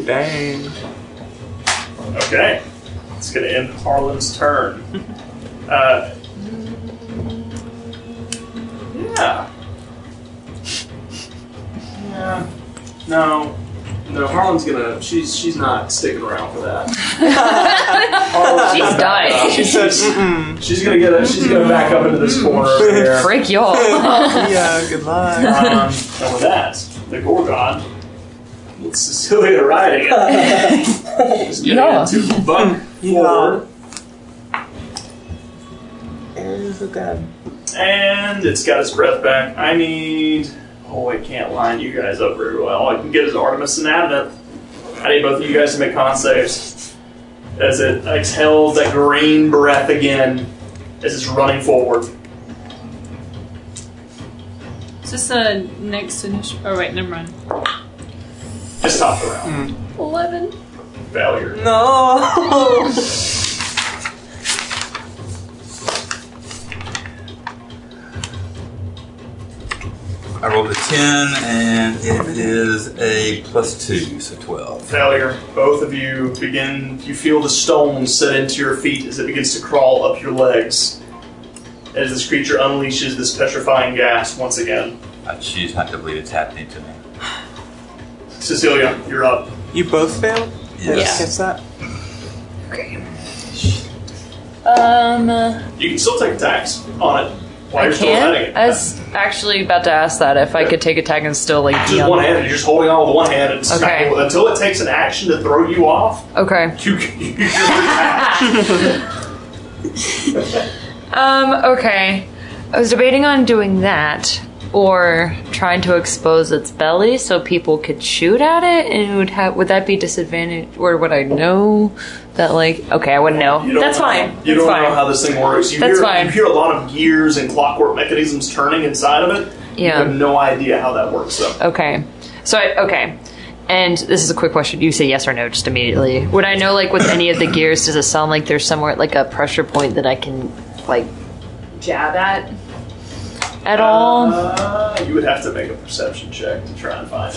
Speaker 7: Dang.
Speaker 1: Okay, it's going to end Harlan's turn. Uh, yeah. Yeah. No. No, Harlan's gonna. She's she's not sticking around for that. Harlan's
Speaker 4: She's
Speaker 1: not-
Speaker 4: dying.
Speaker 1: She says, She's gonna get a, she's gonna back up into this corner over here.
Speaker 4: Break y'all.
Speaker 7: yeah, good luck.
Speaker 1: Um, and with that, the Gorgon gets Cecilia riding it. Just getting
Speaker 4: Yeah.
Speaker 1: into buck
Speaker 7: Yeah.
Speaker 1: forward,
Speaker 7: It's okay.
Speaker 1: and it's got its breath back. I need. Oh, I can't line you guys up very well. All I can get is Artemis and Advent. I need both of you guys to make con saves. As it exhales that green breath again, as it's running forward.
Speaker 5: Is this the next initiative? Oh, wait, never mind.
Speaker 1: Just top the round.
Speaker 5: Eleven.
Speaker 1: Failure.
Speaker 7: No.
Speaker 6: I rolled a 10 and it is a plus 2, so 12.
Speaker 1: Failure. Both of you begin. You feel the stone set into your feet as it begins to crawl up your legs. As this creature unleashes this petrifying gas once again.
Speaker 6: I choose not to believe it's happening to me.
Speaker 1: Cecilia, you're up.
Speaker 7: You both failed.
Speaker 6: Yes.
Speaker 7: Catch that.
Speaker 4: um,
Speaker 1: You can still take attacks on it. While
Speaker 4: I
Speaker 1: you're still
Speaker 4: can.
Speaker 1: fighting it.
Speaker 4: I was actually about to ask that if I could take attack and still like be
Speaker 1: Just
Speaker 4: on-
Speaker 1: one handed. You're just holding on with one hand and smacking
Speaker 4: Okay.
Speaker 1: with until it takes an action to throw you off.
Speaker 4: Okay.
Speaker 1: You can you can attack.
Speaker 4: Um, okay. I was debating on doing that or trying to expose its belly so people could shoot at it and it would have would that be disadvantage or would I know that like okay, I wouldn't know.
Speaker 1: You don't
Speaker 4: That's
Speaker 1: know-
Speaker 4: fine.
Speaker 1: You
Speaker 4: That's
Speaker 1: don't
Speaker 4: fine.
Speaker 1: know how this thing works. You
Speaker 4: That's
Speaker 1: hear,
Speaker 4: fine.
Speaker 1: You hear a lot of gears and clockwork mechanisms turning inside of it. You
Speaker 4: Yeah.
Speaker 1: have no idea how that works, though.
Speaker 4: Okay. So I okay. And this is a quick question. You say yes or no just immediately. Would I know like with any of the gears does it sound like there's somewhere like a pressure point that I can like jab at at all?
Speaker 1: Uh, you would have to make a perception check to try and find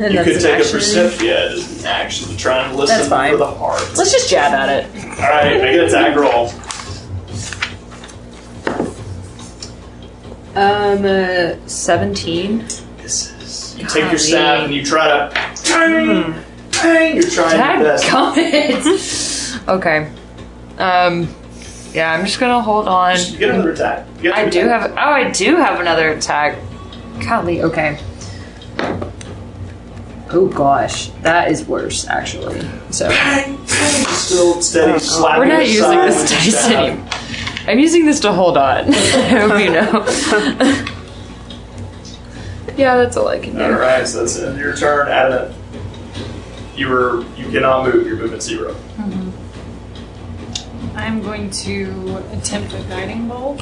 Speaker 1: it. you could take a perception. Yeah, it is an action to try and listen
Speaker 3: That's fine.
Speaker 1: for the heart.
Speaker 3: Let's just jab at it.
Speaker 1: All right, make an attack roll.
Speaker 3: Um, uh, 17.
Speaker 1: This is. You take your stab and you try to.
Speaker 4: Hmm.
Speaker 1: Dang, dang, you're trying your best.
Speaker 4: Okay. Um. Yeah, I'm just gonna hold on.
Speaker 1: You get another attack. You get
Speaker 4: I
Speaker 1: another
Speaker 4: do
Speaker 1: attack.
Speaker 4: have. Oh, I do have another attack. Golly. Okay.
Speaker 3: Oh gosh, that is worse, actually. So,
Speaker 1: still steady slapping.
Speaker 4: Oh, We're not
Speaker 1: your
Speaker 4: using
Speaker 1: side
Speaker 4: this
Speaker 1: with your
Speaker 4: dice
Speaker 1: stab.
Speaker 4: anymore. I'm using this to hold on. I hope you know. yeah, that's all I can do.
Speaker 1: All right, so that's it. Your turn, Adamant. You were you cannot move. Your movement zero.
Speaker 5: I'm going to attempt a guiding bolt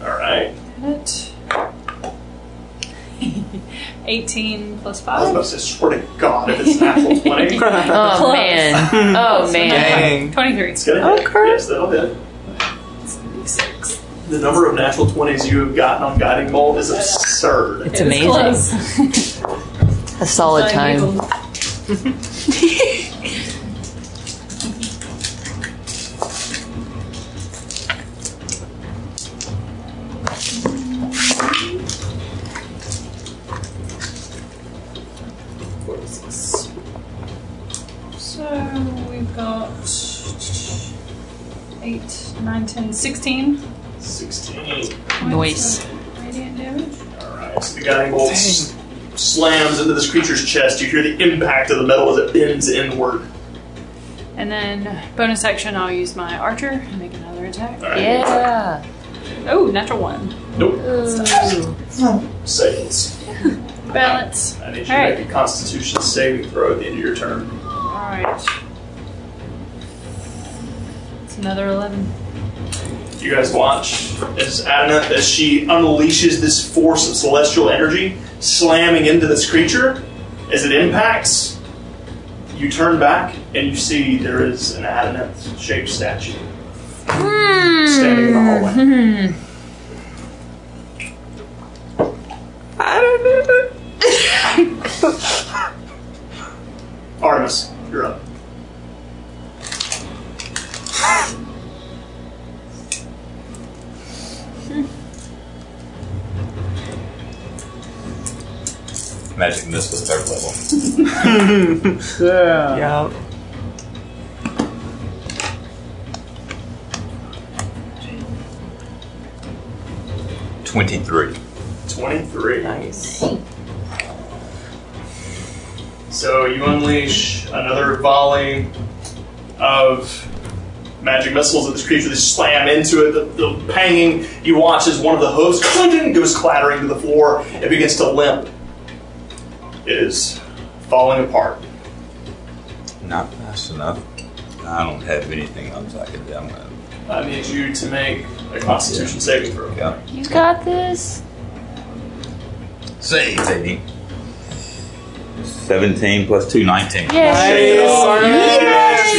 Speaker 1: All right.
Speaker 5: at it. 18 plus
Speaker 1: I was
Speaker 5: 5.
Speaker 1: about to say, swear to God, if it's an actual twenty, it's
Speaker 4: Oh man. Oh man.
Speaker 7: Dang.
Speaker 5: 23.
Speaker 1: gonna hit. Yes, that'll hit. The number of natural twenties you have gotten on guiding mold is absurd.
Speaker 4: It's amazing. A solid time.
Speaker 5: So we've got 8, 9, 10, 16.
Speaker 1: Sixteen.
Speaker 5: points
Speaker 4: Nice.
Speaker 5: of Radiant damage.
Speaker 1: Alright, so the guiding bolt s- slams into this creature's chest. You hear the impact of the metal as it bends inward.
Speaker 5: And then bonus action, I'll use my archer and make another attack.
Speaker 1: Alright.
Speaker 4: Yeah.
Speaker 5: Oh, natural one.
Speaker 1: Nope.
Speaker 4: Ooh.
Speaker 1: Sails.
Speaker 5: Balance.
Speaker 1: I need you to
Speaker 5: Alright.
Speaker 1: make a constitution saving throw at the end of your turn.
Speaker 5: Alright. It's another 11.
Speaker 1: You guys watch as Adamant, as she unleashes this force of celestial energy, slamming into this creature. As it impacts, you turn back and you see there is an Adamant shaped statue standing in the hallway.
Speaker 7: I don't know.
Speaker 1: Artemis, you're up.
Speaker 6: Magic Mist was third level.
Speaker 7: Yeah.
Speaker 6: Twenty-three.
Speaker 1: 23.
Speaker 7: Nice.
Speaker 1: So you unleash another volley of magic missiles at this creature. They slam into it. The, the panging. You watch as one of the hooves goes clattering to the floor. It begins to limp. It is falling apart.
Speaker 6: Not fast enough. I don't have anything else I can do. I'm gonna,
Speaker 1: I need you to make a Constitution saving throw.
Speaker 6: yeah.
Speaker 4: You got this.
Speaker 6: Save, baby. Seventeen plus two, nineteen.
Speaker 4: Yeah.
Speaker 1: Shake it off.
Speaker 7: Yes.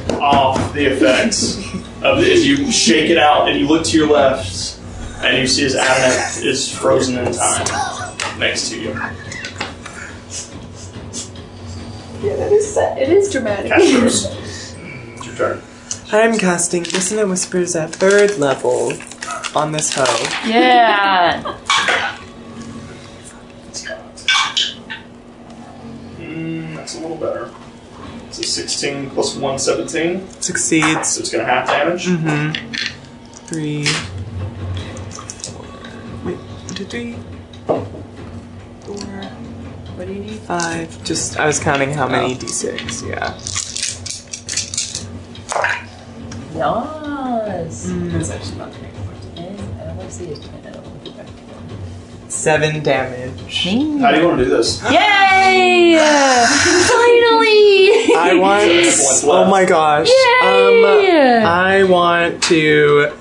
Speaker 1: You shrug off the effects of this. You shake it out and you look to your left and you see his adamant is frozen in time next to you.
Speaker 3: it is dramatic.
Speaker 1: Castro's. It's your turn.
Speaker 7: I'm casting Dissonant Whispers at third level on this hoe.
Speaker 4: Yeah.
Speaker 1: Hmm, Mm, that's a little better. It's a 16 plus 1, 17.
Speaker 7: Succeeds.
Speaker 1: So it's going to half damage.
Speaker 7: Mm-hmm. Three. Wait, one, two, three. Four. What do you need? Five. Just, I was counting how many d6, yeah.
Speaker 4: Yes.
Speaker 7: That's actually not
Speaker 4: And I want to see it. I don't want to go back to that.
Speaker 7: Seven damage.
Speaker 1: How do you want to do this?
Speaker 4: Yay! Finally!
Speaker 7: I want.
Speaker 1: What's
Speaker 7: oh
Speaker 1: left?
Speaker 7: my gosh. Um, I want to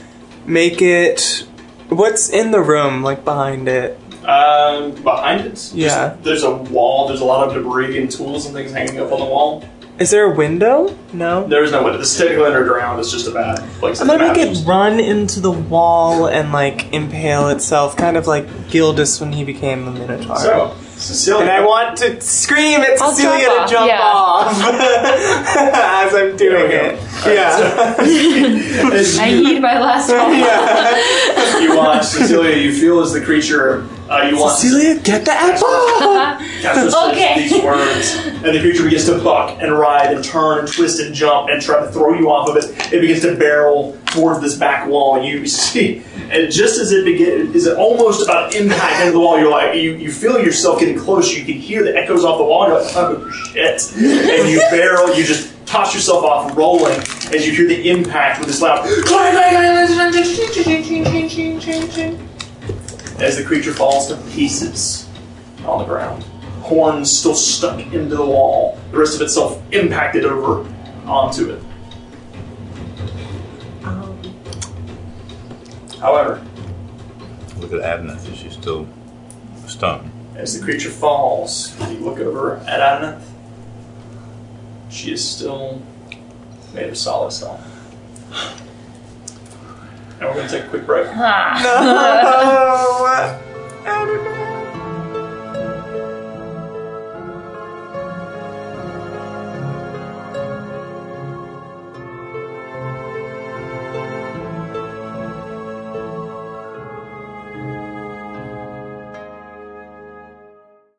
Speaker 7: make it. What's in the room, like behind it?
Speaker 1: Um, behind it? just-
Speaker 7: Yeah.
Speaker 1: There's a wall. There's a lot of debris and tools and things hanging up on the wall.
Speaker 7: Is there a window? No.
Speaker 1: There is no way. The stick underground is just a bad. Like,
Speaker 7: I'm gonna make
Speaker 1: matters.
Speaker 7: it run into the wall and like impale itself, kind of like Gildas when he became the Minotaur.
Speaker 1: So, Cecilia.
Speaker 7: and I want to scream at
Speaker 4: I'll
Speaker 7: Cecilia
Speaker 4: jump
Speaker 7: to
Speaker 4: off,
Speaker 7: jump
Speaker 4: yeah.
Speaker 7: off as
Speaker 1: There
Speaker 7: I'm doing
Speaker 1: we go. All
Speaker 7: it.
Speaker 1: right,
Speaker 7: yeah.
Speaker 1: so- as
Speaker 4: I
Speaker 1: you-
Speaker 4: need my last one.
Speaker 7: yeah.
Speaker 1: you watch Cecilia. You feel as the creature. Uh, you watch
Speaker 7: Cecilia, get the apple!
Speaker 1: Casper says
Speaker 4: Okay.
Speaker 1: these words, and the creature begins to buck and writhe and turn and twist and jump and try to throw you off of it. It begins to barrel towards this back wall. You see, and just as it begin, is it almost about impact into the wall. You're like, you, you feel yourself getting close. You can hear the echoes off the wall. You're like, oh shit! And you barrel. You just toss yourself off, rolling as you hear the impact with this loud clang clang clang. clang, clang, clang, clang, clang, As the creature falls to pieces on the ground. Horns still stuck into the wall, the rest of itself impacted over onto it. Um, However,
Speaker 6: Look at Abnath, she's still stunned.
Speaker 1: as the creature falls, you look over at Adonith. She is still made of solid stone. And we're going to take a quick break.
Speaker 7: No. Oh,